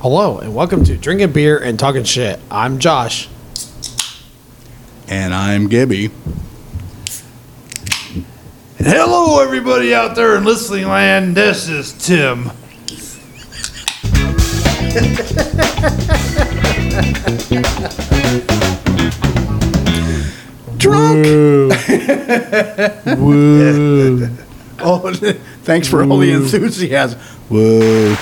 Hello and welcome to Drinking Beer and Talking Shit. I'm Josh. And I'm Gibby. And hello, everybody out there in listening land. This is Tim. Drunk. Oh, thanks for all the enthusiasm. Whoa.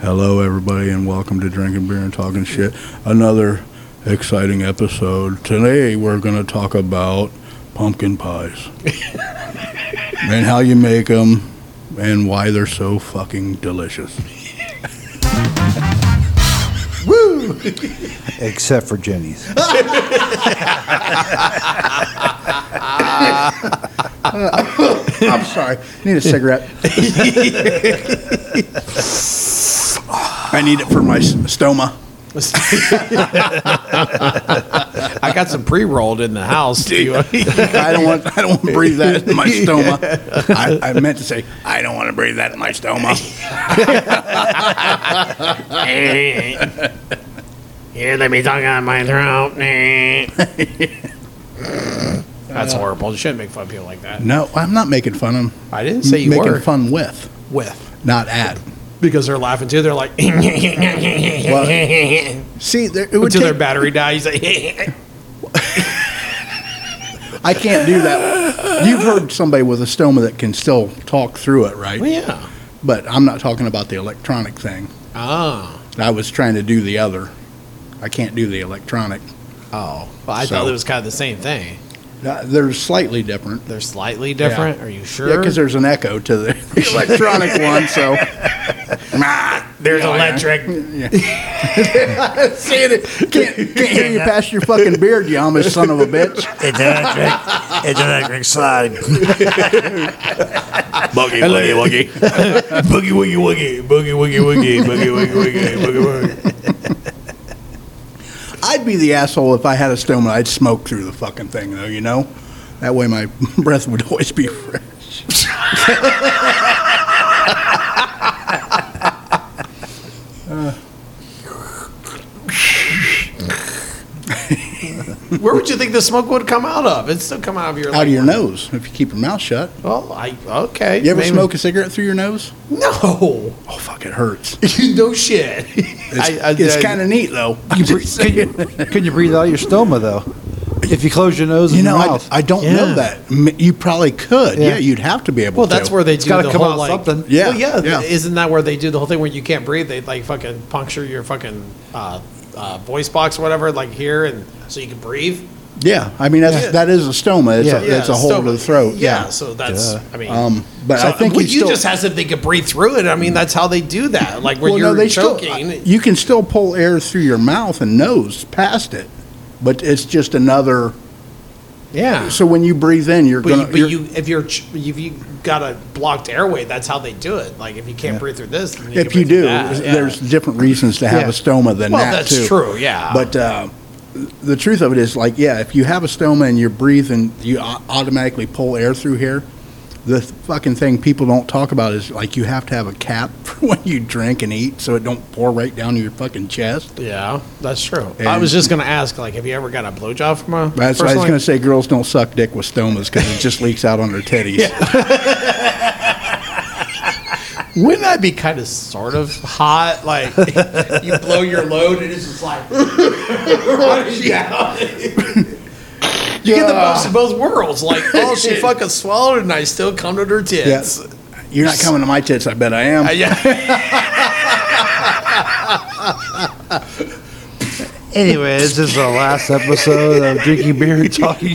Hello, everybody, and welcome to Drinking Beer and Talking Shit. Another exciting episode. Today, we're going to talk about pumpkin pies and how you make them and why they're so fucking delicious. Except for Jenny's. I'm sorry. Need a cigarette. I need it for my s- stoma. I got some pre-rolled in the house. Do you want- I don't want. I don't want to breathe that in my stoma. I, I meant to say I don't want to breathe that in my stoma. Yeah, let me talk out my throat. Nah. That's horrible. You shouldn't make fun of people like that. No, I'm not making fun of. 'em. I didn't say you making were. fun with, With not at. because they're laughing too. They're like See, there, it would until their take, battery dies. Like, I can't do that. You've heard somebody with a stoma that can still talk through it, right? well, yeah. But I'm not talking about the electronic thing. Oh. I was trying to do the other. I can't do the electronic. Oh. Well, I So- thought it was kind of the same thing. Uh, They're slightly different. They're slightly different. Are you sure? Yeah, because there's an echo to the electronic one, so. There's electric. Saying it. Can't, can't hear you past your fucking beard, you Amish son of a bitch. It's electric. It's electric slide. Boogie, boogie, woogie. boogie, woogie, woogie. Boogie, woogie, woogie. Boogie, woogie, woogie. Boogie, woogie. I'd be the asshole if I had a stoma. I'd smoke through the fucking thing, though, you know? That way my breath would always be fresh. Where would you think the smoke would come out of? It'd still come out of your. Out of your nose, if you keep your mouth shut. Well, I okay. You ever maybe- smoke a cigarette through your nose? No. Oh, fuck, it hurts. no shit. It's, kind of neat, though. I'm just saying. Can you breathe out your stoma though? If you close your nose You and know, your I, mouth, I don't Yeah. know that. M- You probably could. Yeah, Yeah. you'd have to be able Well, to. that's where they It's do gotta the come whole out like something. Yeah, Well, yeah, yeah. Isn't that where they do the whole thing where you can't breathe? They like fucking puncture your fucking uh, uh, voice box or whatever, like here, and so you can breathe. Yeah, I mean, that's, Yeah. that is a stoma. It's, a, it's a hole so- to the throat. Yeah, Yeah. so that's. Duh. I mean, Um, but so I think what you you still- just has if they could breathe through it. I mean, that's how they do that. Like when you're choking. Still, uh, you can still pull air through your mouth and nose past it, but it's just another. yeah. So when you breathe in, you're But, gonna. you, but you're- you, if you're, ch- if you got a blocked airway, that's how they do it. Like if you can't breathe through this, then can if you breathe through do, that, yeah. there's different reasons to have Yeah. a stoma than Well, that that's too. true, yeah. But uh, the truth of it is, like, yeah, if you have a stoma and you're breathing, you au- automatically pull air through here. The fucking thing people don't talk about is like you have to have a cap for when you drink and eat, so it don't pour right down your fucking chest. Yeah, that's true. I was just gonna ask, like, have you ever got a blowjob from a? That's why I was personally? going to say girls don't suck dick with stomas because it just leaks out on their titties. Wouldn't that be kind of sort of hot? Like, you blow your load and it's just like, yeah. you get the Uh. most of both worlds. Like, oh, she fucking swallowed it and I still come to her Yeah. tits. You're not coming to my tits, I bet I am. Uh, yeah. anyways, this is the last episode of drinking beer and talking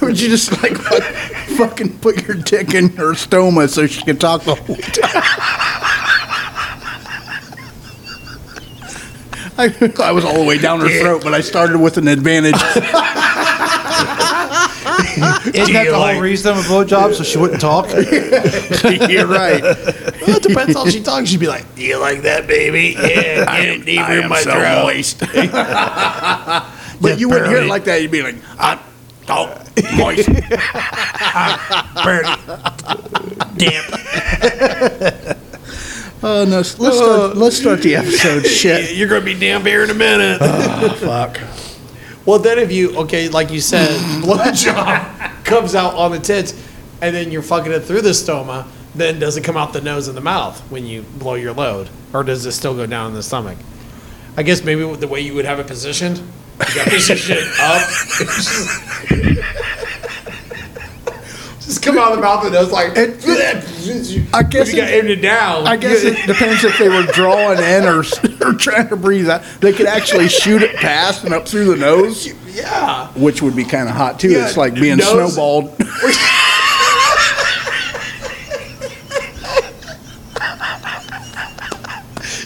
Would you just like fu- fucking put your dick in her stoma so she can talk the whole time? I, I was all the way down her throat, but I started with an advantage. Isn't that the whole reason of a blowjob? So she wouldn't talk. You're right. Well, it depends how she talks. She'd be like, You like that, baby? Yeah, get it deeper in my throat. moist. but you wouldn't hear it like that. You'd be like, I, Oh, moist. Ah, Burnt. Damp. Oh no! Let's start, let's start the episode. Shit. You're gonna be damp here in a minute. Fuck. Well, then if you okay, like you said, blowjob comes out on the tits, and then you're fucking it through the stoma. Then does it come out the nose and the mouth when you blow your load, or does it still go down in the stomach? I guess maybe the way you would have it positioned, you got this shit up. Just come out of the mouth and nose like. I guess you got it- aimed it down. I guess it depends if they were drawing in or, s- or trying to breathe out. They could actually shoot it past and up through the nose, yeah. which would be kind of hot too. Yeah, it's like being nose- snowballed.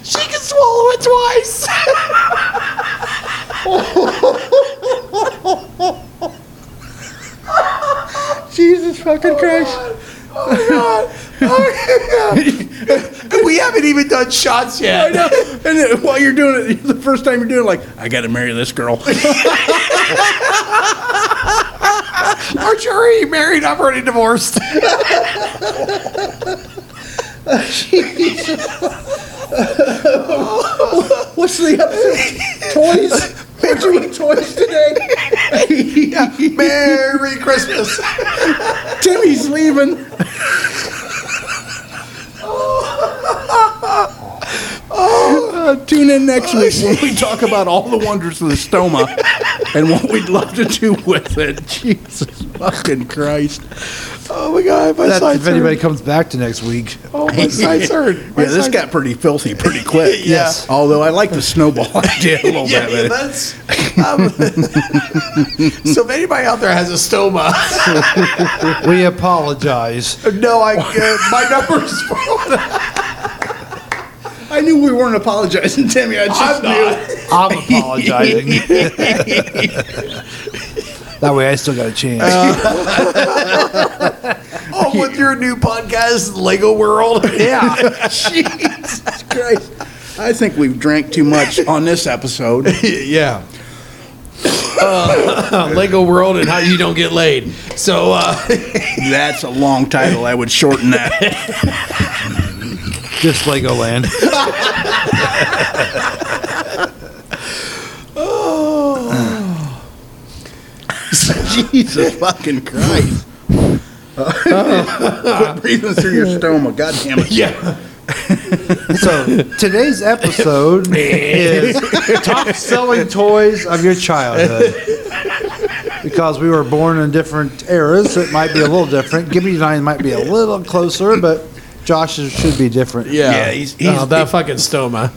She can swallow it twice. Jesus fucking Christ! we haven't even done shots yet. I know. And then while you're doing it, the first time you're doing it, like I got to marry this girl. Aren't you already married? I'm already divorced. What's the episode? toys? We're doing toys today. Merry Christmas. Timmy's leaving. Uh, tune in next week when we talk about all the wonders of the stoma and what we'd love to do with it. Jesus fucking Christ. Oh my god, my That's sides if anybody hurt. comes back to next week. Oh, my sides hurt. My Yeah, this sides- got pretty filthy pretty quick. Yeah. Yes. Although I like the snowball idea a little Yeah, yeah, bit. but that's. Um, so if anybody out there has a stoma, We apologize. no, I uh, my numbers. I knew we weren't apologizing, Timmy. I just I'm knew. not. I'm apologizing. that way I still got a chance. Oh, with your new podcast, Lego World. Yeah. Jesus Christ. I think we've drank too much on this episode. yeah. Uh, Lego World and how you don't get laid. So uh, That's a long title. I would shorten that. Just Legoland. Jesus fucking Christ. Quit breathing through your stoma. God damn it. yeah, So today's episode is top selling toys of your childhood. Because we were born in different eras, so it might be a little different. Gibby and I might be a little closer, but Josh's should be different. Yeah, he's, he's, oh, that fucking stoma.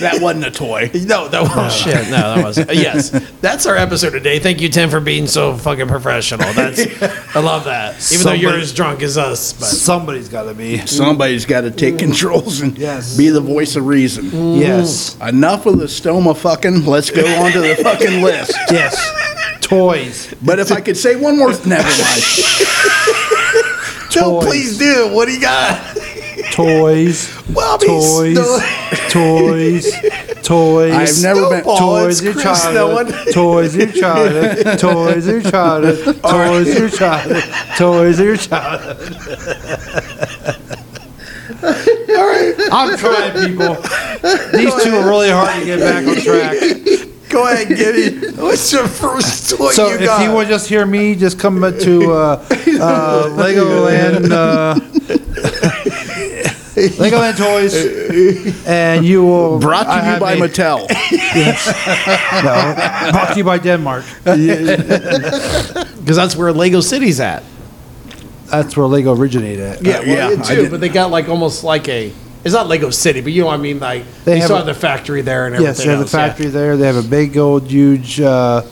that wasn't a toy. No, that was Oh, shit. No, that was yes. That's our episode today. Thank you, Tim, for being so fucking professional. That's I love that. Even Somebody- though you're as drunk as us, but Somebody's got to be. Mm. Somebody's got to take controls and Yes. be the voice of reason. Yes. Enough of the stoma fucking. Let's go on to the fucking list. Yes. Toys. But if I could say one more, never mind. no, Toys. please do. What do you got? Toys. Well, I mean, Toys. snow- Toys. Toys. I've never been. Snowball. Oh, Toys it's your Chris childhood. Snowden. Toys your childhood. Toys your childhood. Toys your childhood. Toys your childhood. I'm trying, people. These two are really hard to get back on track. Go ahead, Gibby. What's your first toy So you if got? you would just hear me, just come to uh, uh, Legoland. Uh, Legoland toys, and you will. Brought I to you have by a- Mattel. No, brought to you by Denmark. Because that's where Lego City's at. That's where Lego originated. at. Yeah, well, yeah, well, I yeah, too. did- But they got like almost like a. It's not Lego City, but you know what I mean. Like They they have still a- have the factory there and everything. Yes, they have the else, yeah. factory there. They have a big old huge uh,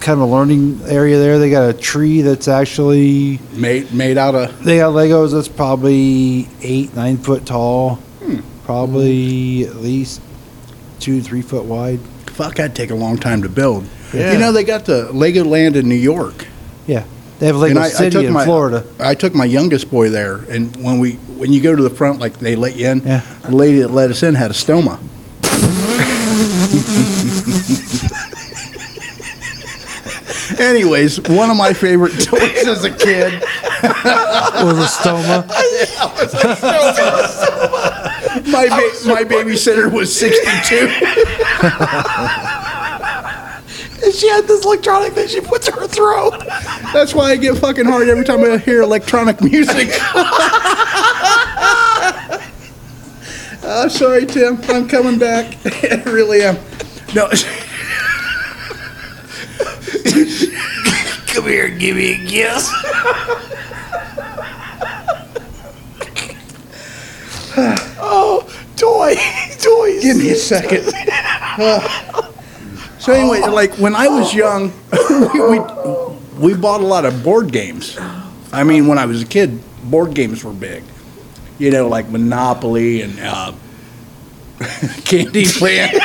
kind of a learning area there. They got a tree that's actually Made made out of they got Legos that's probably eight nine foot tall, probably at least two three foot wide. Fuck, that'd take a long time to build. Yeah. You know, they got the Legoland in New York. Yeah, they have Lego I- I City took in my- Florida. I took my youngest boy there, and when we when you go to the front, like they let you in, Yeah. the lady that let us in had a stoma. Anyways, one of my favorite toys as a kid was a stoma. my ba- my babysitter was 62. And she had this electronic thing she puts in her throat. That's why I get fucking hard every time I hear electronic music. uh, sorry, Tim. I'm coming back. I really am. No. Come here, give me a kiss. Oh, Toy. Toys. Give me a second. Uh, so anyway, like when I was young, we, we we bought a lot of board games. I mean, when I was a kid, board games were big. You know, like Monopoly and uh, Candy Land.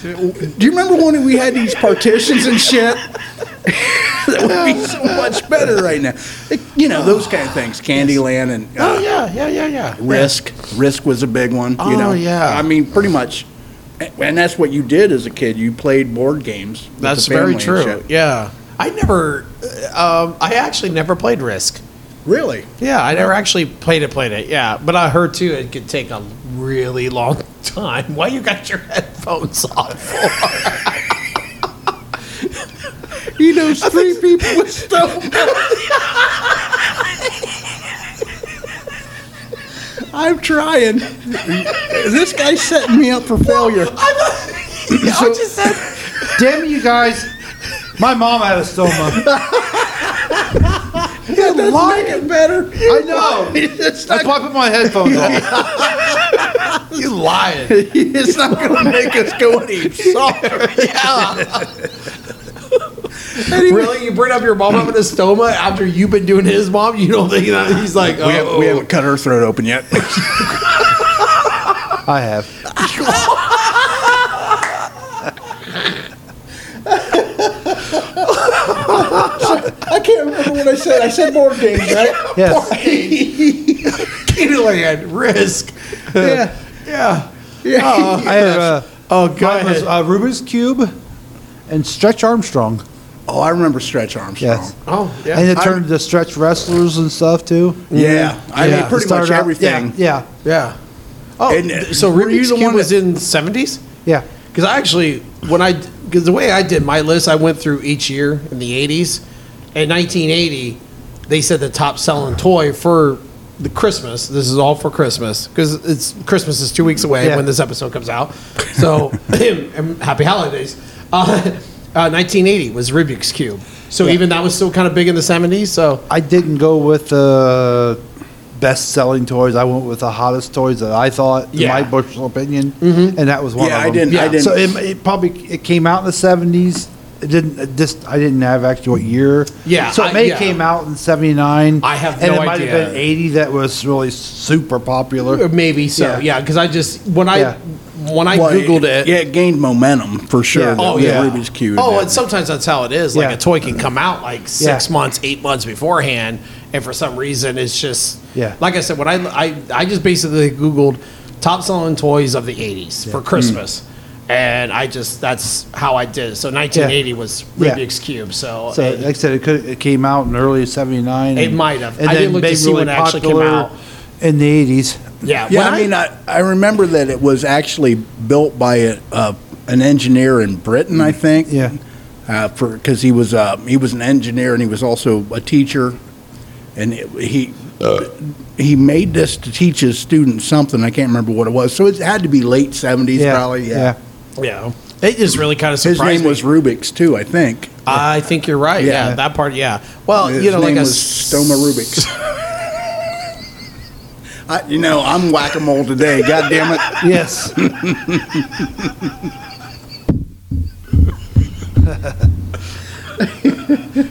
Do you remember when we had these partitions and shit? that would be so much better right now. You know, those kind of things, Candyland and uh, Oh, yeah, yeah, yeah, yeah. Risk. Risk was a big one. You Oh, know? yeah. I mean, pretty much. And that's what you did as a kid. You played board games. with That's the very family true. and shit. Yeah. I never, uh, um, I actually never played Risk. Really? Yeah, I never actually played it, played it. Yeah, but I heard too it could take a really long time. Why you got your headphones on? He knows three people with stone. I'm trying. This guy's setting me up for failure. I just said Damn it, you guys. My mom had a stoma. You're lying it better. I know. It's That's why I not, put my headphones on. you lying. it's not going to make us go any softer. really, you bring up your mom having a stoma after you've been doing his mom? You don't think that he's like, oh, We, have, we haven't cut her throat open yet. I have. I can't remember what I said. I said board games, right? Yes. Candyland, Risk. Yeah. Yeah. Yeah. I have. Uh, Oh, go Mine was ahead. uh, Rubik's Cube and Stretch Armstrong. Oh, I remember Stretch Armstrong. Yes. Oh, yeah. And it turned to Stretch Wrestlers and stuff too. Yeah, I Yeah. mean pretty Started much out- everything. Yeah. Yeah. Oh, And, th- uh, so were you Rubik's the Cube one was that- in the 70s? Yeah. Because I actually, when I, because the way I did my list, I went through each year in the 80s. In 1980, they said the top selling toy for the Christmas. This is all for Christmas because it's Christmas is two weeks away Yeah. when this episode comes out. So, and happy holidays. Uh, uh, 1980 was Rubik's Cube. So even that was still kind of big in the 70s. So I didn't go with the best selling toys. I went with the hottest toys that I thought, in my Yeah. Mm-hmm. personal opinion, and that was one Yeah, of I them. didn't- I didn't- So it, it probably it came out in the seventies. It didn't it just I didn't have actually what year. Yeah, So I- it may yeah. came out in seventy nine. I have and no it might have idea. been eighty that was really super popular. uh, maybe so. Yeah. Yeah. Because I just, when I, Yeah. when I Well, Googled it, Yeah, it gained momentum for sure. Yeah. Oh with yeah, Rubik's cube. Oh, and sometimes that's how it is. Like Yeah. a toy can come out like six Yeah. months, eight months beforehand, and for some reason it's just Yeah. Like I said, when I I, I just basically Googled top selling toys of the '80s for Christmas, and I just that's how I did. it. So 1980 was Yeah. Rubik's Cube. So, So, it, like I said, it could, it came out in early '79. It might have. I didn't look to see when it actually came out. in the '80s. yeah, yeah. when I mean, I, I remember that it was actually built by a, uh, an engineer in Britain, I think. Yeah. Uh, for because he was uh, he was an engineer and he was also a teacher, and it, he he made this to teach his students something. I can't remember what it was. So it had to be late seventies, probably. Yeah. yeah, it just really kind of His surprised name me. was Rubik's too, I think. I think you're right. Yeah, Yeah. that part. Yeah. Well, His you know, like name a was Stoma Rubik's. I, you know, I'm whack a mole today. God damn it! Yes.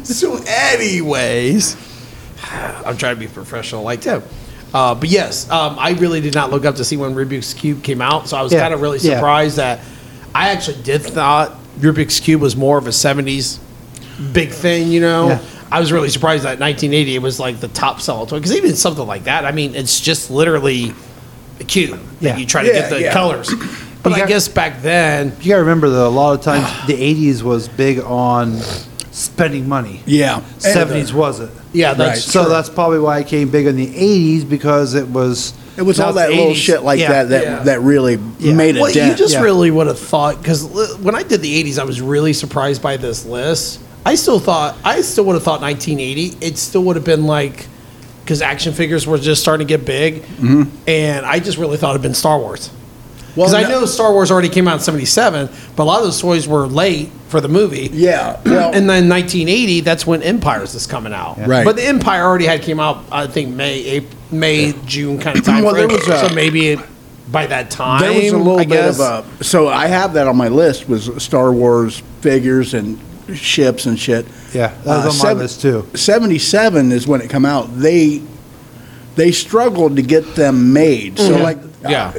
So, anyways, I'm trying to be professional like Tim. Uh, but yes, um, I really did not look up to see when Rubik's Cube came out, so I was Yeah, kind of really yeah. surprised that I actually did thought Rubik's Cube was more of a '70s big thing. You know, Yeah. I was really surprised that 1980 it was like the top selling toy because even something like that, I mean, it's just literally a cube. that Yeah. you try to Yeah, get the yeah. colors. But I got- guess back then, You gotta remember that a lot of times the '80s was big on spending money. Yeah. '70s wasn't. yeah, that's Right. true. So that's probably why it came big in the '80s because it was. It was now all it's that little 80s. shit like Yeah. that that, yeah. that really made a well, you dent. just Yeah. really would have thought because when I did the '80s, I was really surprised by this list. I still thought I still would have thought 1980. It still would have been like because action figures were just starting to get big, and I just really thought it'd been Star Wars. Because I no- know Star Wars already came out in '77, but a lot of those toys were late for the movie. Yeah. Well, and then 1980, that's when Empires is coming out. Right. But the Empire already had came out, I think May, April, May, June kind of time. Well, there frame. was a- so maybe it- by that time, there was a little I bit guess. of a. So I have that on my list was Star Wars figures and ships and shit. Uh, Yeah, that Uh, was on my list, too. Seventy-seven is when it come out. They they struggled to get them made. Mm-hmm. So like, Yeah.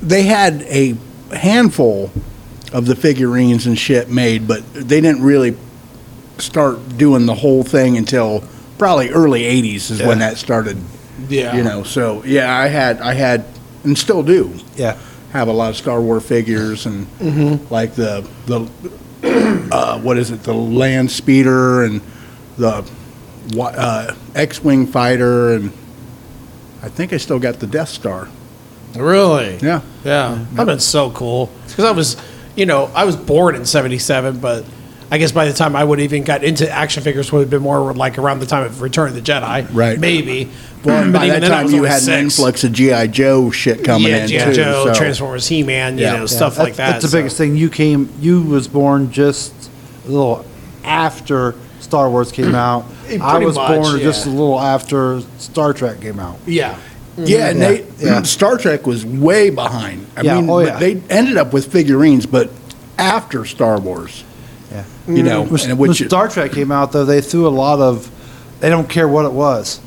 they had a handful of the figurines and shit made, but they didn't really start doing the whole thing until probably early '80s is when that started. Yeah. you know. So yeah, I had I had and still do Yeah. have a lot of Star Wars figures and like the the uh, what is it the land speeder and the wa- uh, X-wing fighter and I think I still got the Death Star. Really? Yeah. Yeah. That'd been so cool. Because I was, you know, I was born in 77, but I guess by the time I would even got into action figures would have been more like around the time of Return of the Jedi. Right. Maybe. Well, But by even that then, I time was you only had an six. influx of GI Joe shit coming Yeah, in G.I. too. Joe, so- Transformers, He-Man, you Yeah. know, stuff Yeah, like that. That's the so- biggest thing. You came, you was born just a little after Star Wars came out. Eh, I pretty was much, born just a yeah. little after Star Trek came out. Yeah. Yeah, and they Yeah. Star Trek was way behind. I Yeah, mean, oh, but yeah. they ended up with figurines, but after Star Wars, Yeah. Mm. you know, When, and when which Star Trek came out, though, they threw a lot of. They don't care what it was.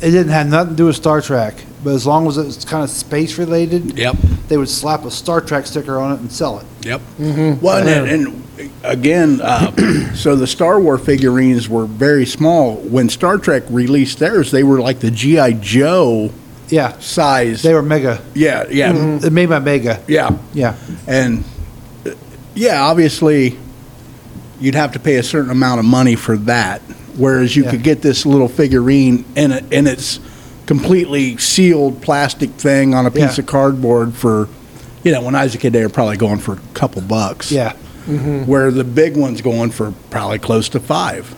It didn't have nothing to do with Star Trek, but as long as it was kind of space related, Yep. they would slap a Star Trek sticker on it and sell it. Yep. Mm-hmm. Well, and, and again, uh, so the Star Wars figurines were very small. When Star Trek released theirs, they were like the GI Joe Yeah, size. they were mega. yeah, yeah, Mm-hmm. It made my mega. yeah, Yeah, and uh, yeah. Obviously, you'd have to pay a certain amount of money for that, whereas you Yeah. could get this little figurine in a, in its completely sealed plastic thing on a piece Yeah. of cardboard for. You know, when I was a kid, they were probably going for a couple bucks. yeah. Mm-hmm. where the big one's going for probably close to five.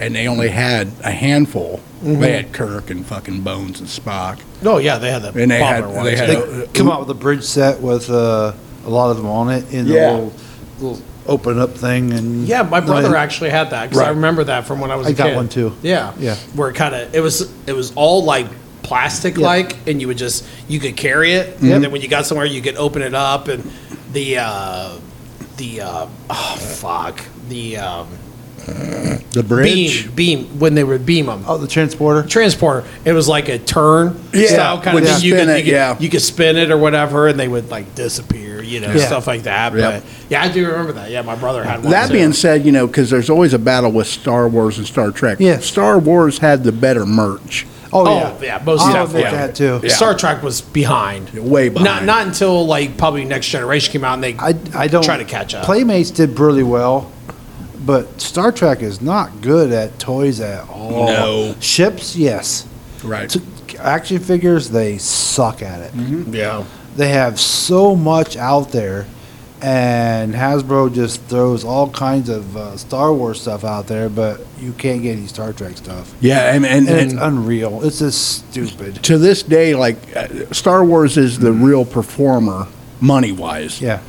And they only had a handful. Mm-hmm. They had Kirk and fucking Bones and Spock. Oh, yeah, they had the And they bomber had- ones. they had yeah. a- They come out with a bridge set with uh, a lot of them on it in the Yeah. little, little open up thing and Yeah, my brother No, actually had that because I Right. remember that from when I was. I a got kid. one, too. Yeah, Yeah. Where it kind of it was it was all like plastic like, and you would just you could carry it, and then when you got somewhere, you could open it up, and the uh, the uh, oh fuck the um, The bridge. beam beam when they would beam them. oh the transporter Transporter. It was like a turn Yeah, style kind would of thing. You spin could, it, you, could, yeah. you could spin it or whatever, and they would like disappear, you know, Yeah. stuff like that. Yep. But yeah, I do remember that. Yeah, my brother had one. That too. being said, you know, because there's always a battle with Star Wars and Star Trek. Yeah. Star Wars had the better merch. oh, Oh, yeah, most I'll definitely. admit that too Yeah. Star Trek was behind, Way Not behind. not until like probably Next Generation came out and they I, I don't try to catch up. Playmates did really well, but Star Trek is not good at toys at all. No. ships, yes. Right. T- action figures, they suck at it. yeah, They have so much out there, and Hasbro just throws all kinds of uh, Star Wars stuff out there, but you can't get any Star Trek stuff. Yeah, and, and, And it's and unreal. It's just stupid. to this day, like, uh, Star Wars is the real performer money wise. Yeah.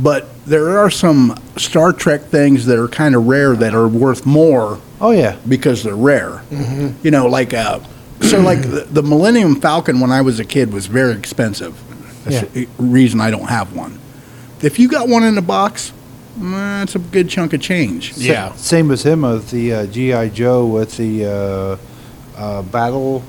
But there are some Star Trek things that are kind of rare that are worth more Oh yeah. because they're rare. Mm-hmm. You know, like uh, so, like the, the Millennium Falcon when I was a kid was very expensive. That's the reason I don't have one. If you got one in the box, that's a good chunk of change. yeah. Same as him with the uh, GI Joe with the uh, uh, battle,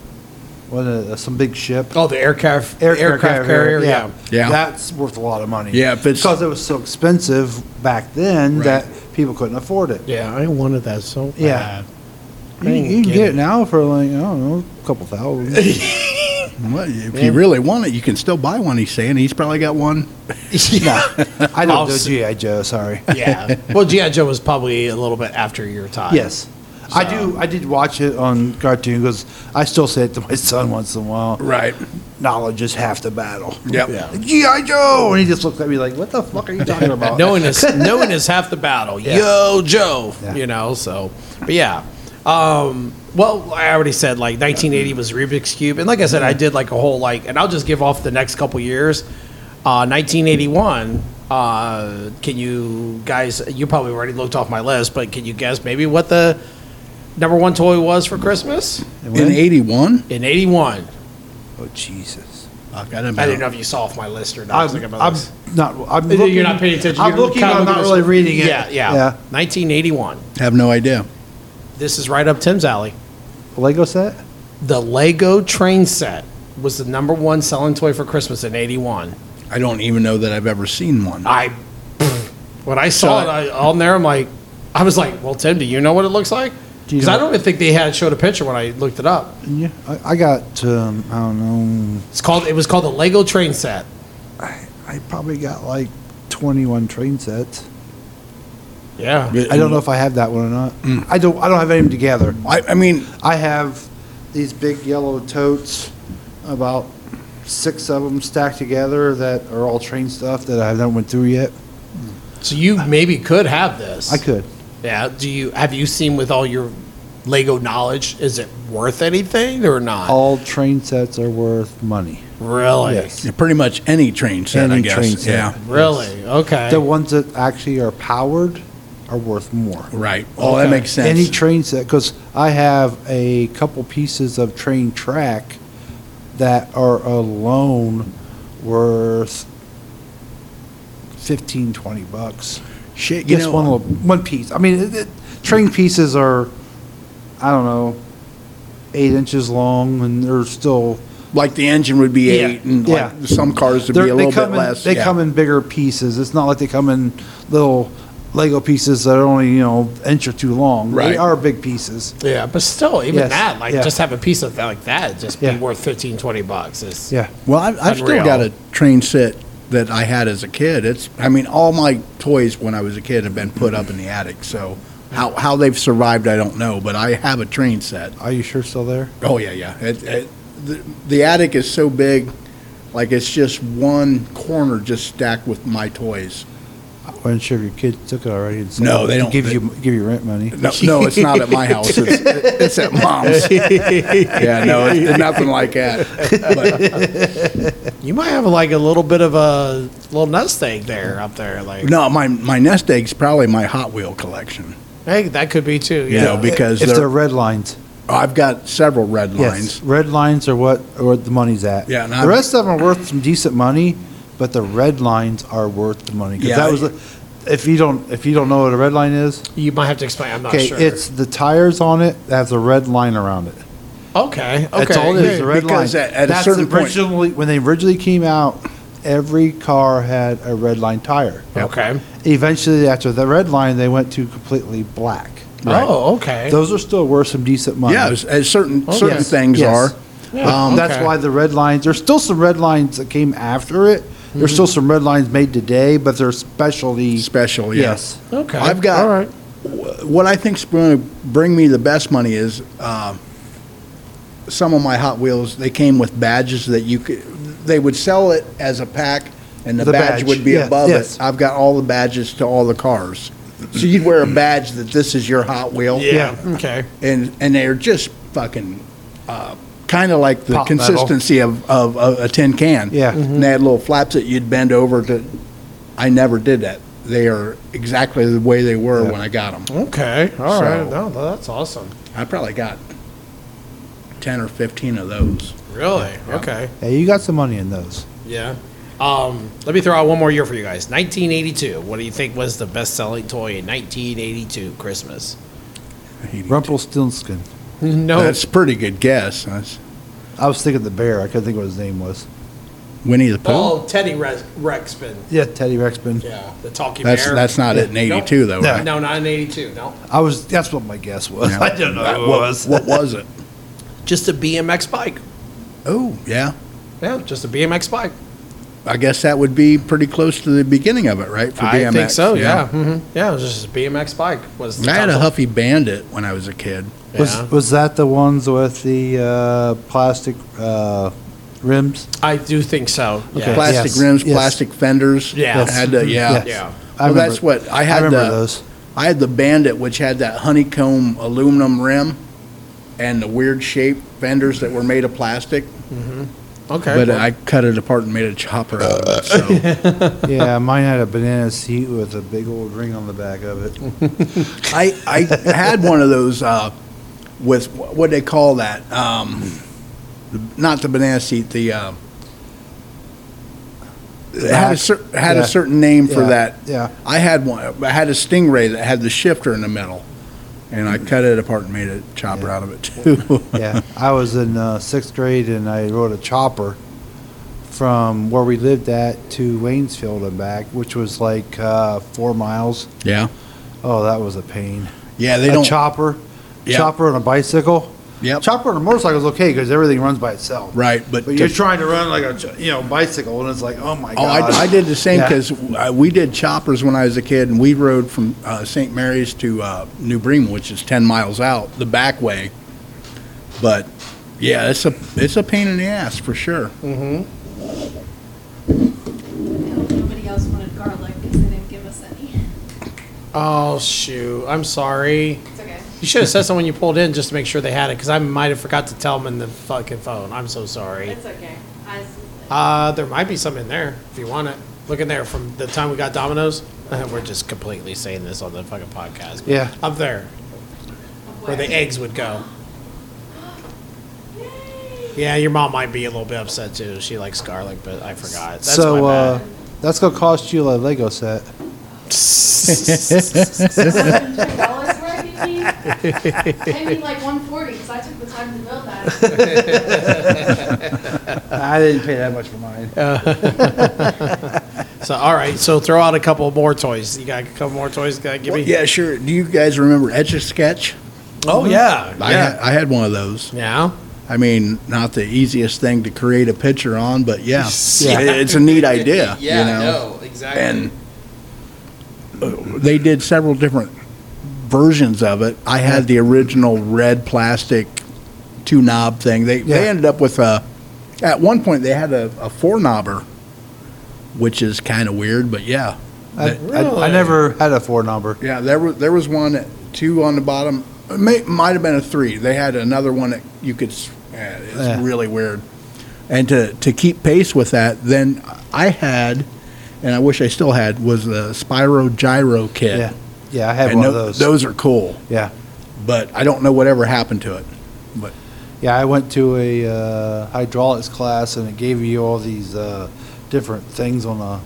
what uh, some big ship. Oh, the aircraft aircraft, carrier. Yeah. Yeah. That's worth a lot of money. Yeah, if it's- because it was so expensive back then that people couldn't afford it. yeah, I wanted that so Yeah. You, you can get it now for like I don't know, a couple thousand. Well, if you really want it, you can still buy one. He's saying he's probably got one. I don't do Awesome. GI Joe. Sorry. Yeah. well, GI Joe was probably a little bit after your time. Yes. I do. I did watch it on cartoon because I still say it to my son once in a while. Right. Knowledge is half the battle. Yep. Yeah. GI Joe, Oh, and he just looks at me like, "What the fuck are you talking about?" Knowing is knowing is half the battle. Yo, Joe. Yeah. You know. So, but yeah. Um, well, I already said like 1980 was Rubik's Cube, and like I said, Mm-hmm. I did like a whole like, and I'll just give off the next couple years. Uh, 1981. Uh, can you guys? You probably already looked off my list, but can you guess maybe what the number one toy was for Christmas In '81. in 81? Oh Jesus! I got him. I didn't know if you saw off my list or not. I I'm, was looking at my I'm list. not. I'm You're looking, not paying attention. I'm You're looking. kinda I'm looking not at- really reading it. Yeah, yeah. Yeah. 1981. Have no idea. This is right up Tim's alley. Lego set. The Lego train set was the number one selling toy for Christmas in 81. I don't even know that I've ever seen one. I, when I saw it I, on there, I'm like, I was like, well, Tim, do you know what it looks like? Do you Because know- I don't even think they had showed a picture when I looked it up. Yeah. I, I got. Um, I don't know. It's called. It was called the Lego train set. I probably got like 21 train sets. Yeah. I don't know if I have that one or not. I don't. I don't have any together. I, I mean, I have these big yellow totes, about six of them stacked together that are all train stuff that I haven't went through yet. So you maybe could have this. I could. Yeah. Do you have you seen with all your Lego knowledge? Is it worth anything or not? All train sets are worth money. Oh, really. Yes. pretty much any train set. I Any guess. train set. yeah. Really. Okay. The ones that actually are powered are worth more. Right. Oh, that Okay. makes sense. Any train set, because I have a couple pieces of train track that are alone worth 15, 20 bucks. Shit, you Just know, one little, one piece. I mean, it, it, train pieces are, I don't know, eight inches long, and they're still like the engine would be Yeah. eight, and Yeah. like some cars would be they're- a they little bit come in, less. They yeah. come in bigger pieces. It's not like they come in little Lego pieces that are only you know inch or two long. They Right. are big pieces. Yeah, but still, even Yes, that, like yeah. just have a piece of that like that, just Yeah. be worth 15, 20 bucks. It's, Yeah. Well, I've, I've still Unreal. got a train set that I had as a kid. It's, I mean, all my toys when I was a kid have been put up in the attic. So how, how they've survived, I don't know, but I have a train set. Are you sure still there? Oh, yeah, yeah. It, it, the, the attic is so big, like it's just one corner just stacked with my toys. I wasn't sure if your kids took it already. And sold No, it they to don't. give They- you give you rent money. No, no, it's not at my house. It's, it's at mom's. Yeah, no, it's nothing like that. But, You might have like a little bit of a little nest egg there up there. Like, no, my my nest egg's probably my Hot Wheel collection. hey, that could be too. You Yeah. know, because if they're- they're red lines. I've got several red lines. Yes, red lines are what or the money's at. Yeah, and the I'm- rest of them are worth some decent money, but the red lines are worth the money. 'Cause Yeah. that was, a- if you don't if you don't know what a red line is, You might have to explain. I'm not okay, sure. it's the tires on it that has a red line around it. okay. Okay. That's all it is. The red Because line. at- at a That's certain point- originally when they originally came out, every car had a red line tire. Okay. Eventually, after the red line, they went to completely black. Oh, okay. Those are still worth some decent money. Yeah, as, as certain certain Oh, yes, things yes. are. Yeah, um, That's okay. why the red lines. There's still some red lines that came after it. There's still some red lines made today, but they're specialty. Special, yeah. Yes. Okay. I've got. All right. wh- What I think's going to bring me the best money is uh, some of my Hot Wheels. They came with badges that you could. They would sell it as a pack, and the, The badge, badge, would be yeah, above yes. it. I've got all the badges to all the cars. So you'd wear a badge that this is your Hot Wheel. Yeah. Okay. and and they're just fucking uh, kind of like the Pop metal. consistency of, of, of a tin can. Yeah. and they had little flaps that you'd bend over to. I never did that. They are exactly the way they were when I got them. Okay. All right. No, So- that's awesome. I probably got ten or fifteen of those. Really? Okay. Yeah, you got some money in those. Yeah. Um, let me throw out one more year for you guys. 1982. What do you think was the best-selling toy in 1982 Christmas? Rumpelstiltskin. No, That's a pretty good guess. That's I was thinking the bear. I couldn't think what his name was. Winnie the Pooh. Oh, Teddy Rex, Rexman. Yeah, Teddy Rexman. Yeah, the talking that's bear. that's not it in Nope. '82 though, No, right? no, not in '82. No, I was. That's what my guess was. No. I don't know. What, what was it? just a BMX bike. Oh, yeah. Yeah, just a BMX bike. I guess that would be pretty close to the beginning of it, right? For I think BMX, so. Yeah, yeah, hmm yeah it was just a BMX bike. Was the I had a title. Huffy Bandit when I was a kid. Yeah. Was, was that the ones with the uh, plastic uh, rims? I do think so. Okay. yeah. Plastic Yes, rims, yes. plastic fenders. Yeah. I had to- yeah. Yes. Yeah. I Well, remember- that's what I I had. remember the, those. I had the Bandit, which had that honeycomb aluminum rim and the weird shape fenders that were made of plastic. Okay. But I cut it apart and made a chopper out of it. So yeah, mine had a banana seat with a big old ring on the back of it. I, I had one of those uh, with what they call that? Um, the- not the banana seat. The uh, it had a back. cer- had Yeah. a certain name for Yeah, that. yeah. I had one. I had a Stingray that had the shifter in the middle, and I cut it apart and made a chopper out of it too. Yeah, I was in uh, sixth grade and I rode a chopper from where we lived at to Waynesfield and back, which was like uh, four miles. yeah. Oh, that was a pain. Yeah, they a don't. chopper, Yeah. chopper on a bicycle. Yep. Chopper on a motorcycle is okay because everything runs by itself. Right, but But to- you're trying to run like a ch- you know bicycle, and it's like oh my oh, god. I, I did the same Yeah. because we did choppers when I was a kid, and we rode from uh, St. Mary's to uh, New Bremen, which is ten miles out the back way. But yeah, it's a it's a pain in the ass for sure. Nobody else wanted garlic because they didn't give us any. oh shoot! I'm sorry. It's okay. You should have said someone you pulled in just to make sure they had it, because I might have forgot to tell them in the fucking phone. I'm so sorry. It's okay. I was Uh, there might be some in there if you want it. Look in there from the time we got Domino's. We're just completely saying this on the fucking podcast. but Yeah. Up there, where the eggs would go. Yeah, your mom might be a little bit upset too. She likes garlic, but I forgot. That's so my uh, bad. that's gonna cost you a Lego set. $100 worth, you mean? Pay me like 140 because I took the time to build that. I didn't pay that much for mine. So all right, so throw out a couple more toys. You got a couple more toys? Got to give me? Yeah, sure. Do you guys remember Etch a Sketch? Oh yeah. I had, I had one of those. Yeah. I mean, not the easiest thing to create a picture on, but yeah, Yeah. It- it's a neat idea. Yeah, you know? no, exactly. and uh, they did several different versions of it. I had the original red plastic two knob thing. They they Yeah. ended up with a at one point they had a, a four knobber, which is kind of weird, but yeah, I, That- I, I Really? never had a four number. yeah. There was there was one at two on the bottom. It may, might have been a three. They had another one that you could. s- Yeah, it's Yeah. really weird. And to to keep pace with that, then I had, and I wish I still had, was the Spyro Gyro kit. Yeah, yeah, I had And one of tho- those. Those are cool, Yeah, but I don't know whatever happened to it. But yeah, I went to a uh, hydraulics class, and it gave you all these uh, different things on a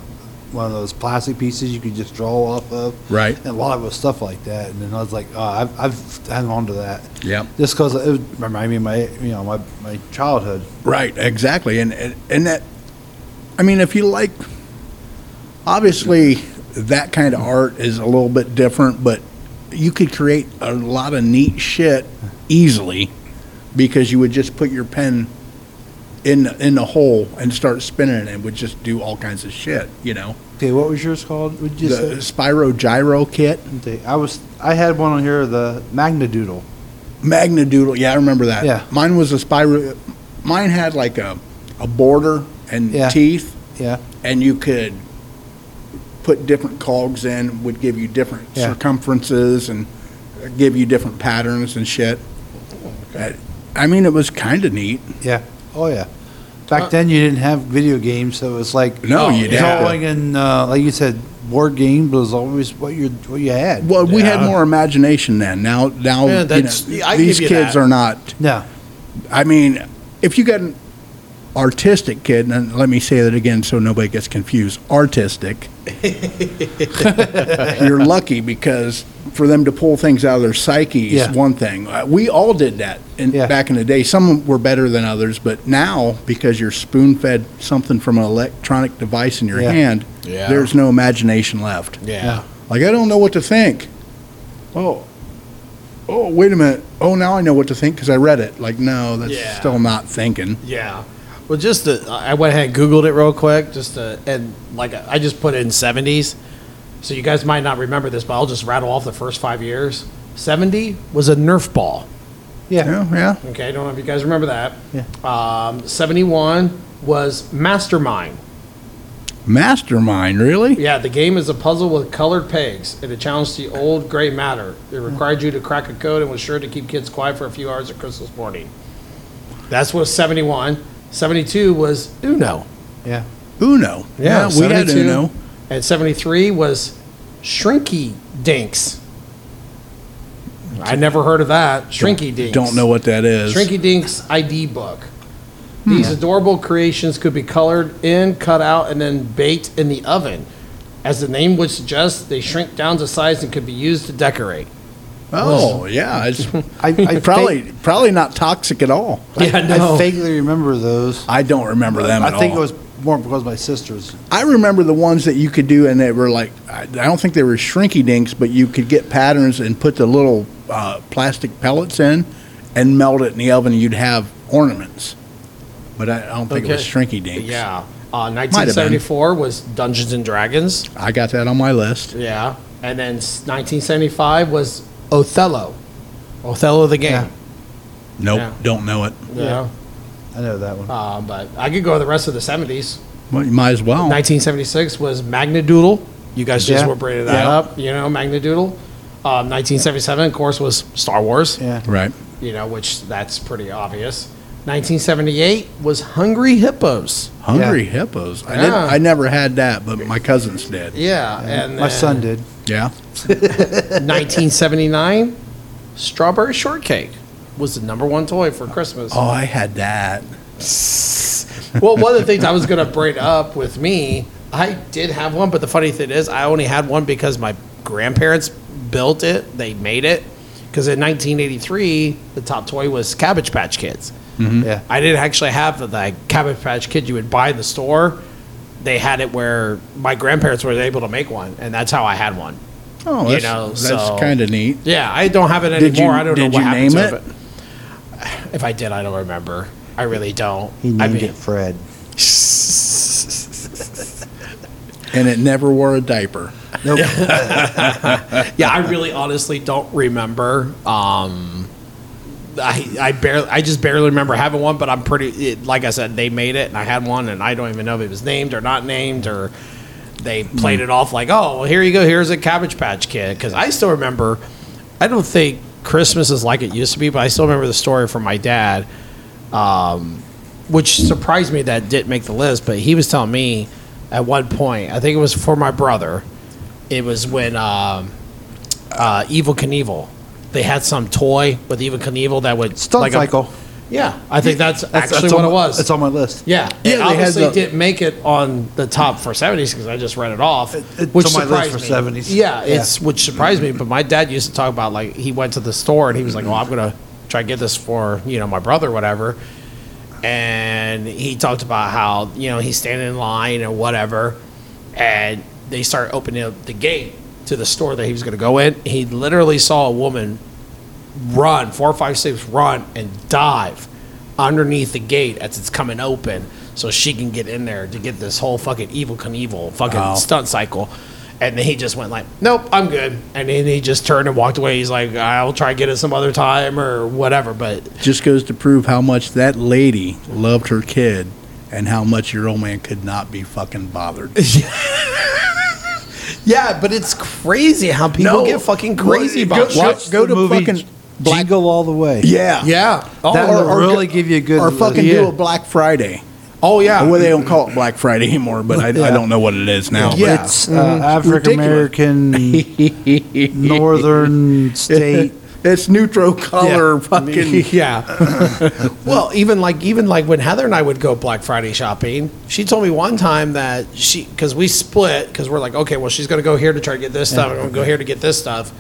one of those plastic pieces you could just draw off of. Right. And a lot of it was stuff like that, and then I was like, oh, I've, I've hung on to that. Yep. Just because it would remind me of my you know my my childhood. right, exactly, and and and that, I mean, if you like, obviously that kind of art is a little bit different, but you could create a lot of neat shit easily because you would just put your pen in the- in the hole and start spinning it, and it would just do all kinds of shit. You know, Okay, what was yours called? Would you the say? Spyro Gyro kit, Okay, I was I had one on here the Magna Doodle. Magna Doodle. Yeah, I remember that. Yeah. Mine was a spiral. Mine had like a, a border and Yeah. teeth, Yeah. and you could put different cogs in, would give you different Yeah. circumferences and give you different patterns and shit. Uh, I mean, it was kind of neat. Yeah. Oh yeah. Back then, you didn't have video games, so it was like Uh, No, you didn't. drawing and uh, like you said, board games was always what you what you had. Well, we had Yeah. more imagination then. Now, now Yeah, you that's- know, I give these you kids that. are not. No. I mean, if you got an artistic kid, and let me say that again so nobody gets confused artistic, you're lucky because for them to pull things out of their psyche is Yeah. one thing. Uh, We all did that in, Yeah. back in the day. Some were better than others, but now because you're spoon fed something from an electronic device in your Yeah. hand, Yeah. there's no imagination left. Yeah. Like, I don't know what to think. Well, oh, wait a minute. Oh, now I know what to think because I read it. Like, no, that's Yeah. still not thinking. Yeah. Well, just the I went ahead and Googled it real quick, just to, and like I just put in seventies. So you guys might not remember this, but I'll just rattle off the first five years. Seventy was a Nerf ball. Yeah. Yeah, yeah. Okay, I don't know if you guys remember that. Yeah. Um, Seventy-one was Mastermind. Mastermind, really? Yeah, the game is a puzzle with colored pegs. It challenged the old gray matter. It required you to crack a code and was sure to keep kids quiet for a few hours at Christmas morning. That's what seventy-one. Seventy-two was Uno. Yeah. Uno. Yeah, we had 72. Uno. And 73 was Shrinky Dinks. I never heard of that. Shrinky Dinks. Don't know what that is. Shrinky Dinks ID book. These adorable creations could be colored in, cut out, and then baked in the oven. As the name would suggest, they shrink down to size and could be used to decorate. Oh, yeah. It's I, I probably think- probably not toxic at all. Yeah, I vaguely remember those. I don't remember them at I think all. it was more because my sisters. I remember the ones that you could do, and they were like, I I don't think they were shrinky dinks, but you could get patterns and put the little uh, plastic pellets in and melt it in the oven, and you'd have ornaments. But I I don't think it was Okay. shrinky dinks. Yeah. Uh, been. 1974 was Dungeons and Dragons. I got that on my list. Yeah, and then s- 1975 was Othello. Othello the game. Nope, Yeah. don't know it. Yeah. I know that one. Uh, but I could go the rest of the 70s. Well, you might as well. 1976 was Magna Doodle. You guys just Yeah. were bringing that Yeah. up. You know, Magna Doodle. Um, 1977, of course, was Star Wars. yeah. Right. You know, which that's pretty obvious. 1978 was Hungry Hippos. Hungry hippos. I, didn't, Yeah. I never had that, but my cousins did. Yeah, and My son then did. Yeah. 1979, Strawberry Shortcake was the number one toy for Christmas. Oh, I had that. well, one of the things I was going to bring up with me, I did have one, but the funny thing is, I only had one because my grandparents built it. They made it. Because in 1983, the top toy was Cabbage Patch Kids. Mm-hmm. Yeah. I didn't actually have the, the Cabbage Patch Kid you would buy in the store. They had it where my grandparents were able to make one, and that's how I had one. Oh, You that's, know, that's so- kind of neat. Yeah, I don't have it anymore. Did you- I don't did know what you happened name to it. but- If I did, I don't remember. I really don't. He named I it Fred. And it never wore a diaper. Nope. yeah, I really honestly don't remember. Um, I I barely I just barely remember having one, but I'm pretty it, like I said, they made it and I had one, and I don't even know if it was named or not named or they played it off like, oh, well, here you go, here's a Cabbage Patch Kid, because I still remember. I don't think Christmas is like it used to be, but I still remember the story from my dad um, which surprised me that didn't make the list, but he was telling me at one point, I think it was for my brother, it was when um, uh, Evil Knievel, they had some toy with Evil Knievel that would. Stunt like a- cycle. yeah, I think that's, actually that's what on, it was. It's on my list. yeah, Yeah, it they had obviously the- didn't make it on the top for 70s because I just read it off, it's which on my list surprised for me. 70s. Yeah, it's which surprised me. But my dad used to talk about like he went to the store and he was like, "Oh, I'm gonna try to get this for you know my brother, or whatever." and he talked about how you know he's standing in line or whatever, and they start opening up the gate to the store that he was going to go in. He literally saw a woman run four, five, six, run and dive underneath the gate as it's coming open, so she can get in there to get this whole fucking evil Knievel fucking Wow. stunt cycle. And then he just went like, "Nope, I'm good." And then he just turned and walked away. He's like, "I'll try to get it some other time or whatever." But Just goes to prove how much that lady loved her kid and how much your old man could not be fucking bothered. Yeah, but it's crazy how people No. get fucking crazy Go- about go- shit. go to fucking Black- Jingle all the way. Yeah. Yeah. Oh, That or- will or- really give you a good Or fucking yeah. do a Black Friday. oh yeah. Well, they don't call it Black Friday anymore, but I, I don't know what it is now. but Yeah. It's uh, African American northern state. It's uh, neutral color fucking. yeah. well, even like even like when Heather and I would go Black Friday shopping, she told me one time that she because we split because we're like, okay, well she's gonna go here to try to get this stuff, and I'm gonna go here to get this stuff,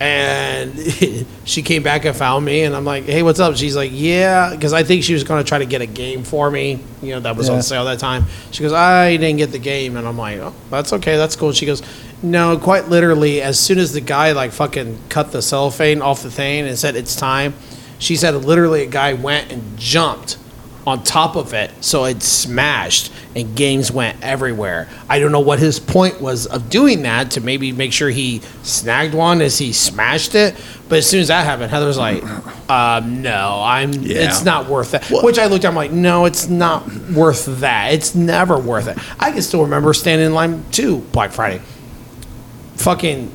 And she came back and found me, and I'm like, "Hey, what's up?" She's like, "Yeah," because I think she was going to try to get a game for me, you know, that was Yeah. on sale that time. She goes, "I didn't get the game," and I'm like, "Oh, that's okay, that's cool." She goes, "No, quite literally, as soon as the guy like fucking cut the cellophane off the thing and said it's time," she said literally a guy went and jumped on top of it, so it smashed and games went everywhere. I don't know what his point was of doing that to maybe make sure he snagged one as he smashed it. But as soon as that happened, Heather's like, um, "No, I'm. It's not worth it." Which I looked, I'm like, "No, it's not worth that. It's never worth it." I can still remember standing in line too Black Friday fucking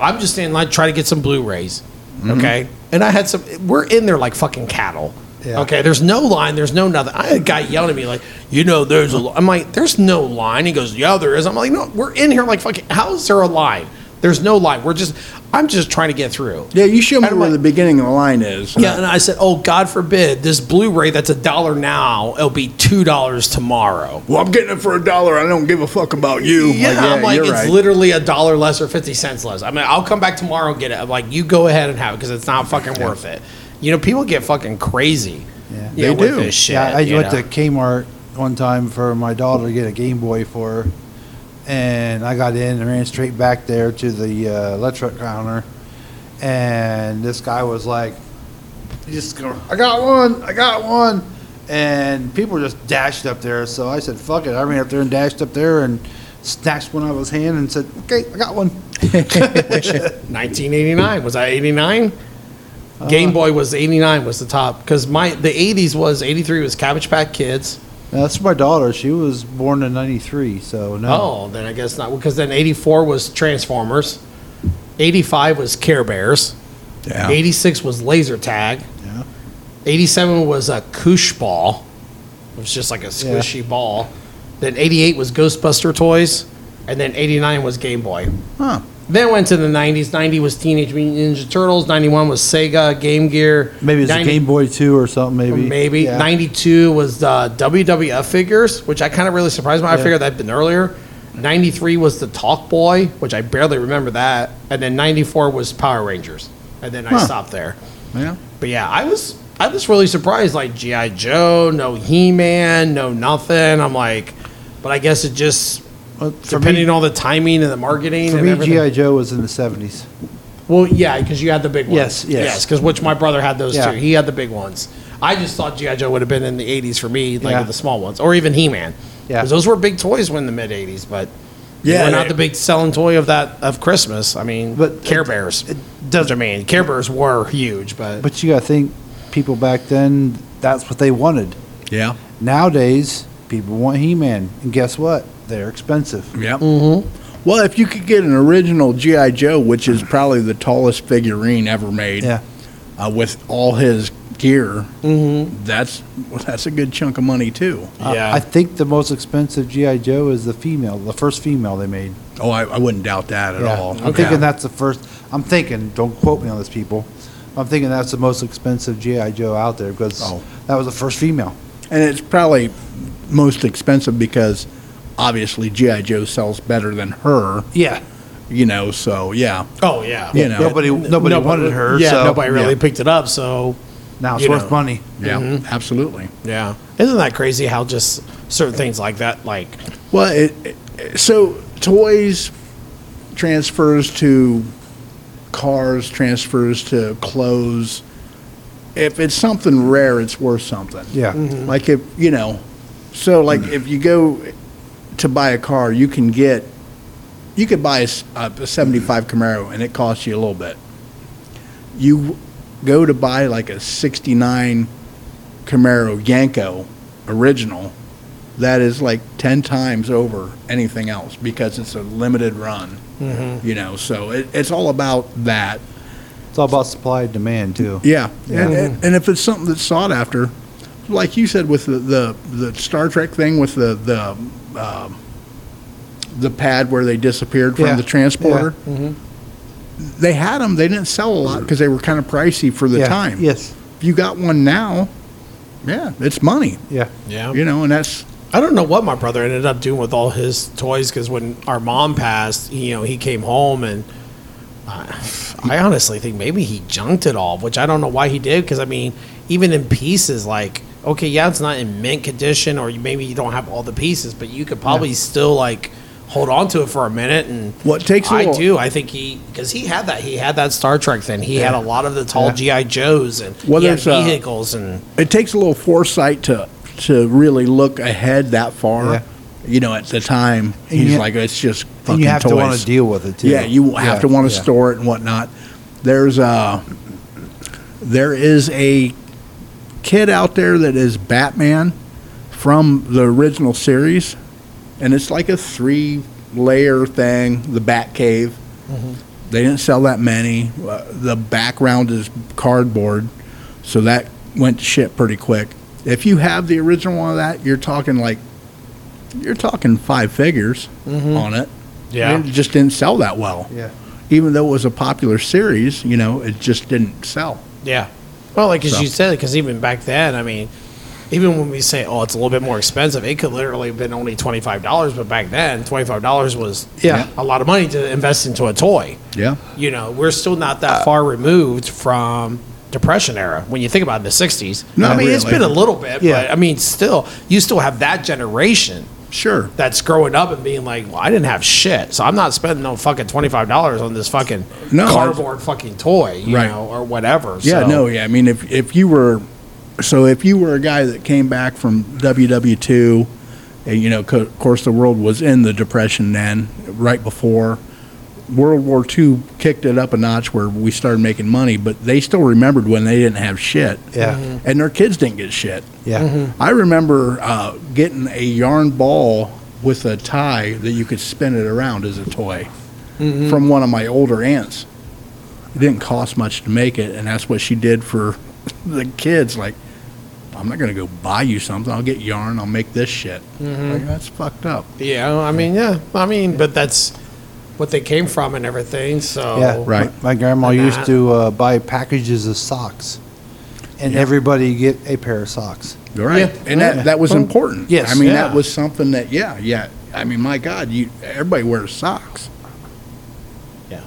I'm just in line trying to get some Blu-rays. Okay. And I had some we're in there like fucking cattle. Yeah. Okay, there's no line, there's no nothing. I had a guy yelling at me like, you know, there's a li-" I'm like, there's no line. He goes, Yeah, there is. I'm like, no, we're in here like fucking how is there a line? There's no line. We're just I'm just trying to get through. Yeah, you show me And I'm where like- the beginning of the line is. Yeah, and I said, "Oh God forbid, this Blu-ray that's a dollar now, it'll be two dollars tomorrow." Well, I'm getting it for a dollar. I don't give a fuck about you. Yeah, I'm like, you're it's right. literally a dollar less or 50 cents less. I mean, I'll come back tomorrow and get it. I'm like, you go ahead and have it because it's not fucking worth it. You know, people get fucking crazy. Yeah, They with do. This shit, Yeah, I you went know? to Kmart one time for my daughter to get a Game Boy for her, and I got in and ran straight back there to the uh, electric counter, and this guy was like, he just go, I got one, I got one, and people just dashed up there. So I said, fuck it, I ran up there and dashed up there and snatched one out of his hand and said, okay, I got one. 1989 was that 89? Game Boy was 89 was the top because my the 80s was 83 was Cabbage Patch Kids. Now, that's my daughter. She was born in '93, so no. Oh, then I guess not because then 84 was Transformers, 85 was Care Bears, Yeah. 86 was Laser Tag. Yeah. 87 was a koosh ball. It was just like a squishy ball. Then 88 was Ghostbuster toys, and then 89 was Game Boy. Huh. Then went to the 90s. 90 was Teenage Mutant Ninja Turtles. 91 was Sega Game Gear. Maybe it's a 90 Game Boy 2 or something. Maybe. Maybe Yeah. 92 was the WWF figures, which I kind of really surprised me. I figured that'd been earlier. 93 was the Talk Boy, which I barely remember that. And then 94 was Power Rangers. And then I stopped there. Yeah. But yeah, I was I was really surprised. Like GI Joe, no He Man, no nothing. I'm like, but I guess it just Well, for me- depending on the timing and the marketing For and me, everything. GI Joe was in the seventies. Well, yeah, because you had the big ones. Yes, yes. because which my brother had those Yeah. too. He had the big ones. I just thought GI Joe would have been in the '80s for me, like Yeah. with the small ones, or even He Man. Yeah. those were big toys when the mid '80s, but Yeah, yeah, they were not they- the big selling toy of that of Christmas. I mean, But but Care it- Bears. It, does- I mean, Care Bears were huge, but But you got to think, people back then, that's what they wanted. Yeah. Nowadays, people want He-Man, and guess what? They're expensive. Yeah. Mm-hmm. Well, if you could get an original GI Joe, which is probably the tallest figurine ever made, Yeah. uh, with all his gear, mm-hmm. that's well, that's a good chunk of money too. I- Yeah. I, think the most expensive GI Joe is the female, the first female they made. Oh, I, I wouldn't doubt that at Yeah. all. I'm thinking that's the first. I'm thinking. Don't quote me on this, people. I'm thinking that's the most expensive GI Joe out there because Oh. that was the first female. and it's probably most expensive because obviously GI Joe sells better than her. Yeah. You know, so yeah. oh yeah, You know. Nobody, nobody, wanted her. Yeah, so nobody really yeah. picked it up. So Now it's you worth know. money. Yeah, Mm-hmm. absolutely. yeah, isn't that crazy how just certain things like that, like Well, it, it, so toys transfers to cars, transfers to clothes. If it's something rare, it's worth something. Yeah. Like if, you know, so like if you go to buy a car, you can get, you could buy a s- a 75 Camaro and it costs you a little bit. You go to buy like a 69 Camaro Yanko original, that is like 10 times over anything else because it's a limited run. You know, so it, it's all about that. It's all about supply and demand too. Yeah. And, and, and if it's something that's sought after, like you said with the, the, the Star Trek thing with the, the, um, the pad where they disappeared from Yeah. Mm-hmm. the transporter. They had them. They didn't sell a lot because they were kind of pricey for the Yeah, time. Yes. If you got one now, yeah, it's money. Yeah. yeah, You know, and that's I don't know what my brother ended up doing with all his toys because when our mom passed, you know, he came home and uh, I honestly think maybe he junked it all, which I don't know why he did. Because I mean, even in pieces, like okay, yeah, it's not in mint condition, or you, maybe you don't have all the pieces, but you could probably still like hold on to it for a minute. And What takes a I while- do. I think he because he had that. He had that Star Trek thing. He had a lot of the tall GI Joes and Whether he had it's, uh, vehicles and it takes a little foresight to to really look ahead that far. Yeah. You know, at the time, he's you- like, it's just fucking And you have to want toys." to deal with it too. Yeah, you have to want to yeah. store it and whatnot. There's uh there is a kid out there that is Batman from the original series, and it's like a three layer thing. The Bat Cave. They didn't sell that many. Uh, The background is cardboard, so that went to shit pretty quick. If you have the original one of that, you're talking like you're talking five figures on it. Yeah. And it just didn't sell that well. Yeah. Even though it was a popular series, you know, it just didn't sell. Yeah. Well, like as So. you said, because even back then, I mean, even when we say, "Oh, it's a little bit more expensive," it could literally have been only twenty five dollars. But back then, twenty five dollars was Yeah. a lot of money to invest into a toy. Yeah. You know, we're still not that far removed from depression era when you think about it, in the sixties. No, I mean, it's really. been a little bit, Yeah. but I mean, still, you still have that generation Sure. that's growing up and being like, "Well, I didn't have shit, so I'm not spending no fucking twenty five dollars on this fucking No, I- cardboard fucking toy, you Right. know, or whatever." Yeah, so. no, yeah. I mean, if if you were, so if you were a guy that came back from WW two, and you know, co- of course, the world was in the depression then, right before World War II kicked it up a notch where we started making money, but they still remembered when they didn't have shit. Yeah. Mhm. and their kids didn't get shit. Yeah. I remember uh, getting a yarn ball with a tie that you could spin it around as a toy from one of my older aunts. It didn't cost much to make it, and that's what she did for the kids. Like, I'm not going to go buy you something. I'll get yarn. I'll make this shit. Like, that's fucked up. Yeah, I mean, yeah, I mean, but that's what they came from and everything. So Yeah, Right. My my grandma And used that- to uh, buy packages of socks, and everybody get a pair of socks. All right. And that, that was important. yes, I mean, yeah. that was something that, yeah, yeah. I mean, my God, you everybody wears socks. yeah,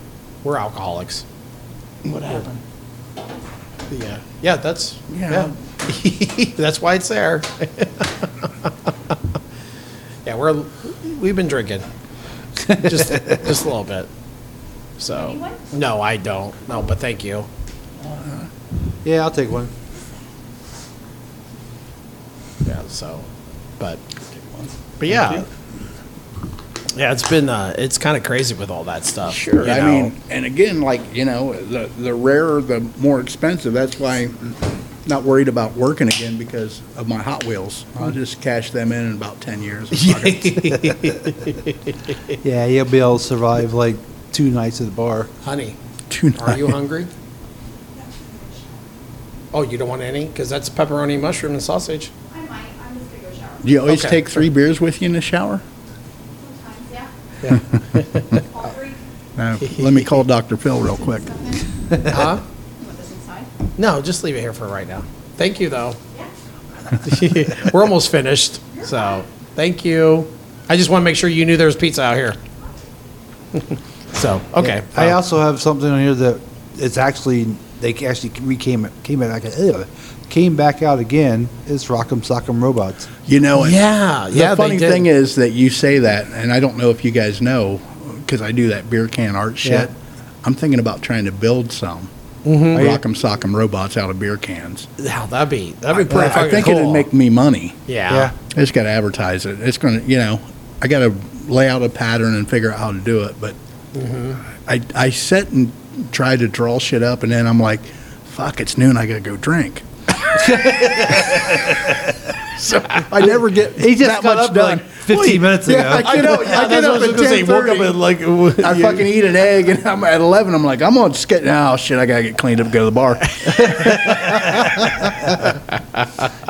we're alcoholics. What happened? Yeah, yeah, that's yeah, that's why it's there. yeah, we're we've been drinking just just a little bit. So Anyone? no, I don't. No, but thank you. Yeah, I'll take one. Yeah, so, but, but yeah. Yeah, it's been, uh, it's kind of crazy with all that stuff. Sure. you I know? mean, and again, like, you know, the, the rarer, the more expensive. That's why I'm not worried about working again because of my Hot Wheels. I'll Hmm. just cash them in in about 10 years. Fuck it. Yeah, you'll be able to survive like two nights at the bar. honey, Two are you nights. hungry? Oh, you don't want any? Because that's pepperoni, mushroom, and sausage. I might, I'm just gonna go shower. Do you always Okay, take three beers with you in the shower? Sometimes, yeah. Yeah. All three, No. Let me call Dr. Phil real quick. huh? put this inside. No, just leave it here for right now. Thank you, though. Yeah. We're almost finished. So, thank you. I just want to make sure you knew there was pizza out here. so, okay. I um, also have something on here that it's actually they ca- actually recame came back ugh, came back out again. It's Rock'em Sock'em Robots. You know, and Uh, yeah, yeah. they the funny did. thing is that you say that, and I don't know if you guys know because I do that beer can art Yeah. shit. I'm thinking about trying to build some Mm-hmm. Rock'em Sock'em robots out of beer cans. Wow, that'd be that'd be pretty I, I fucking think cool. it'd make me money. yeah. Yeah. I just got to advertise it. It's going to, you know, I got to lay out a pattern and figure out how to do it. But I, I sit and try to draw shit up, and then I'm like, fuck, it's noon. I got to go drink. so I never get He just that got much up done. like 15 minutes yeah, ago. I get up, I get up at 10 like I fucking eat an egg, and I'm at 11. I'm like, I'm on skit now. shit, I got to get cleaned up, go to the bar.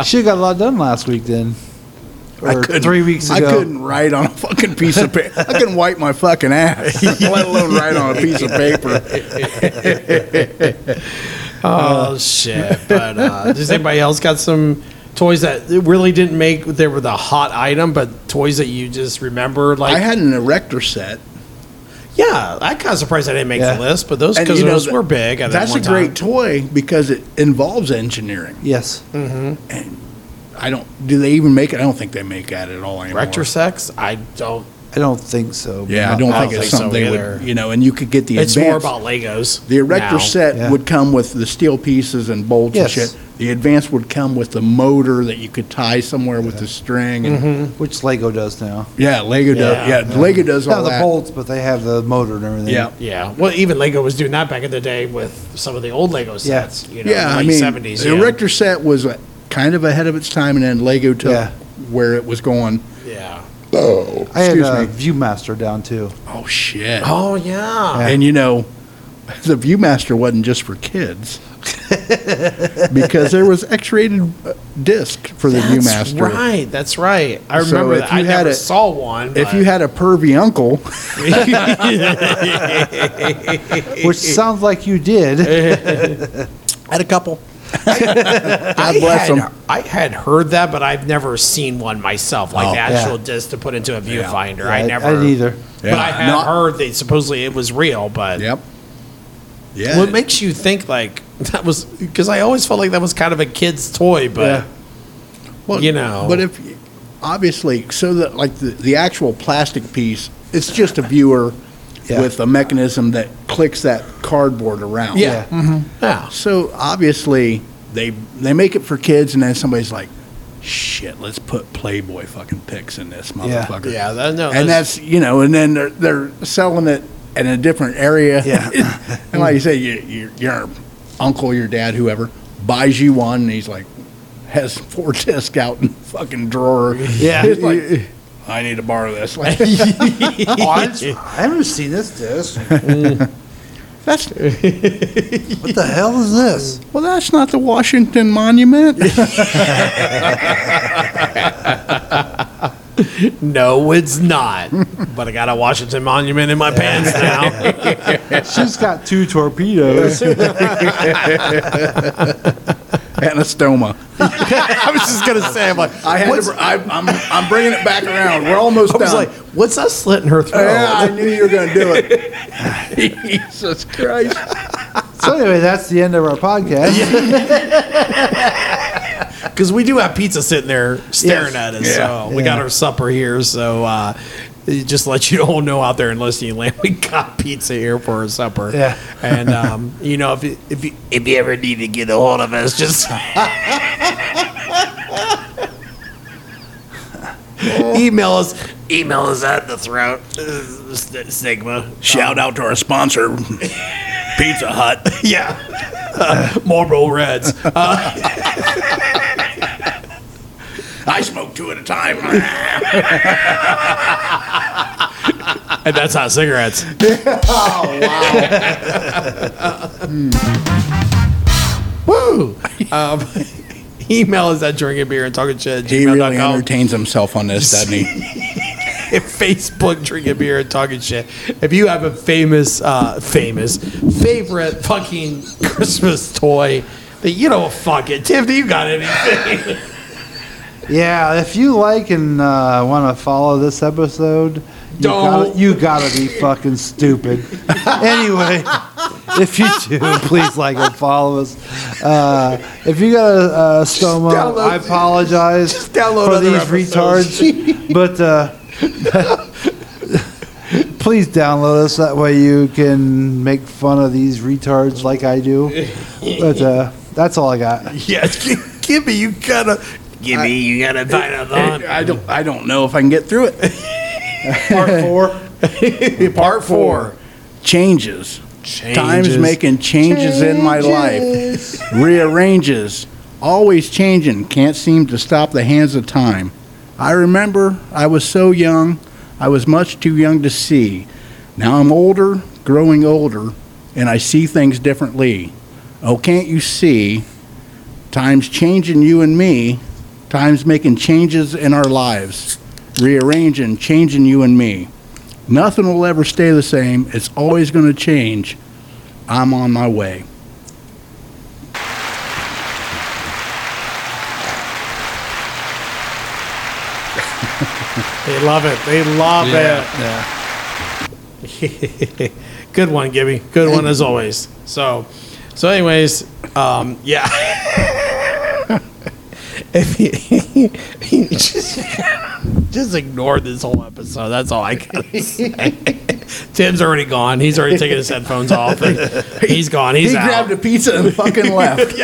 She got a lot done last week then, I or couldn't- three weeks ago. I couldn't write on a fucking piece of paper. I couldn't wipe my fucking ass, let alone write on a piece of paper. Uh, oh shit! But uh, does anybody else got some toys that really didn't make? They were the hot item, but toys that you just remember, like I had an erector set. Yeah, I'm kind of surprised I didn't make Yeah. the list, but those And you know, kazoos th- were big. At That's a one great Time. toy because it involves engineering. Yes. I don't. Do they even make it? I don't think they make that at all anymore. Rector sex? I don't. I don't think so. Yeah, I Not- don't I think don't think it's so something they either. would. You know, and you could get the It's more advanced. about Legos. the now. erector set Yeah. would come with the steel pieces and bolts Yes. and shit. The advanced would come with the motor that you could tie somewhere with the string. And, Which Lego does now. Yeah, Lego does. Yeah, Mm-hmm. Yeah. Lego does all Not the that. bolts, but they have the motor and everything. Yeah. Yeah. Well, even Lego was doing that back in the day with some of the old Lego Yeah. sets. You know, Yeah, I late mean, 70s. the yeah. Erector set was uh, kind of ahead of its time, and then Lego took Yeah. where it was going. yeah. Oh, I had excuse uh, me. ViewMaster down too. Oh shit! Oh, yeah. And you know, the ViewMaster wasn't just for kids. because there was X-rated uh, disc for the That's ViewMaster. right. That's right. I So remember if that. you I had never it- saw one. If you but- had a pervy uncle, Which sounds like you did. had a couple. God had- bless him. I had heard that, but I've never seen one myself, like Oh. the Yeah. actual disc to put into a viewfinder. I never. I didn't either. But I have Not- heard that supposedly it was real, but Yep. Yeah. what makes you think like that was because I always felt like that was kind of a kid's toy, but Well, you know. But if obviously, so that like the, the actual plastic piece, it's just a viewer Yeah. with a mechanism that clicks that cardboard around. yeah, yeah. So obviously, they they make it for kids, and then somebody's like, "Shit, let's put Playboy fucking pics in this Yeah. motherfucker." Yeah, that- no, and that's- that's you know, and then they're they're selling it in a different area. Yeah. and like you say, you, you, your uncle, your dad, whoever buys you one, and he's like, has four discs out in the fucking drawer. Yeah. It's like, I need to borrow this. Like, Oh, I, just- I haven't seen this disc. that's What the hell is this? well, that's not the Washington Monument. No, it's not. but I got a Washington Monument in my pants now. She's got two torpedoes. Anastoma. I was just gonna say, I'm like, I had what's, to, br- I, I'm, I'm bringing it back around. We're almost I was done. like, what's us slitting her throat? yeah, I knew you were going to do it. Jesus Christ. so anyway, that's the end of our podcast. because we do have pizza sitting there staring at us. Yeah. So we got our supper here. So uh, just to let you all know out there in listening land, we got pizza here for our supper. Yeah. and um, you know if you, if you if you ever need to get a hold of us, just. Email us. Email us at the throat. uh, st- Stigma. Shout out to our sponsor, Pizza Hut. Yeah. uh, Marlboro Reds. Uh, I smoke two at a time. and that's not cigarettes. Oh, Woo! Um, email us at drinking beer and talking shit. at He really gmail.com. entertains himself on this, doesn't he? at Facebook, drinking beer and talking shit. If you have a famous, uh, famous favorite fucking Christmas toy that you don't fuck it, Tiffany, you got anything? Yeah, if you like and uh, want to follow this episode, you Don't. Gotta, you gotta be fucking stupid. anyway, if you do, please like and follow us. Uh, if you got a uh, stoma, download- I apologize download for other these episodes. retards, but uh, please download us. That way you can make fun of these retards like I do. But uh, that's all I got. yeah, gi- give me, you gotta. Give me, you gotta find out the I don't, I don't know if I can get through it. Part four. Part four. Changes. Time's making changes, in my life. Rearranges. Always changing. Can't seem to stop the hands of time. I remember I was so young. I was much too young to see. Now I'm older, growing older, and I see things differently. Oh, can't you see? Time's changing you and me. Time's making changes in our lives, rearranging, changing you and me. Nothing will ever stay the same. It's always going to change. I'm on my way. They love it. They love it. Good one, Gibby. Good one as always. So, so anyways, um, yeah. if you, you just, just ignore this whole episode. That's all I gotta say. Tim's already gone. He's already taken his headphones off. And he's gone. He's He out. grabbed a pizza and fucking left.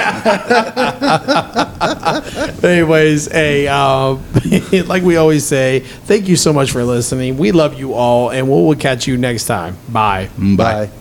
Anyways, hey, um, like we always say, thank you so much for listening. We love you all, and we'll, we'll catch you next time. Bye. Bye. Bye.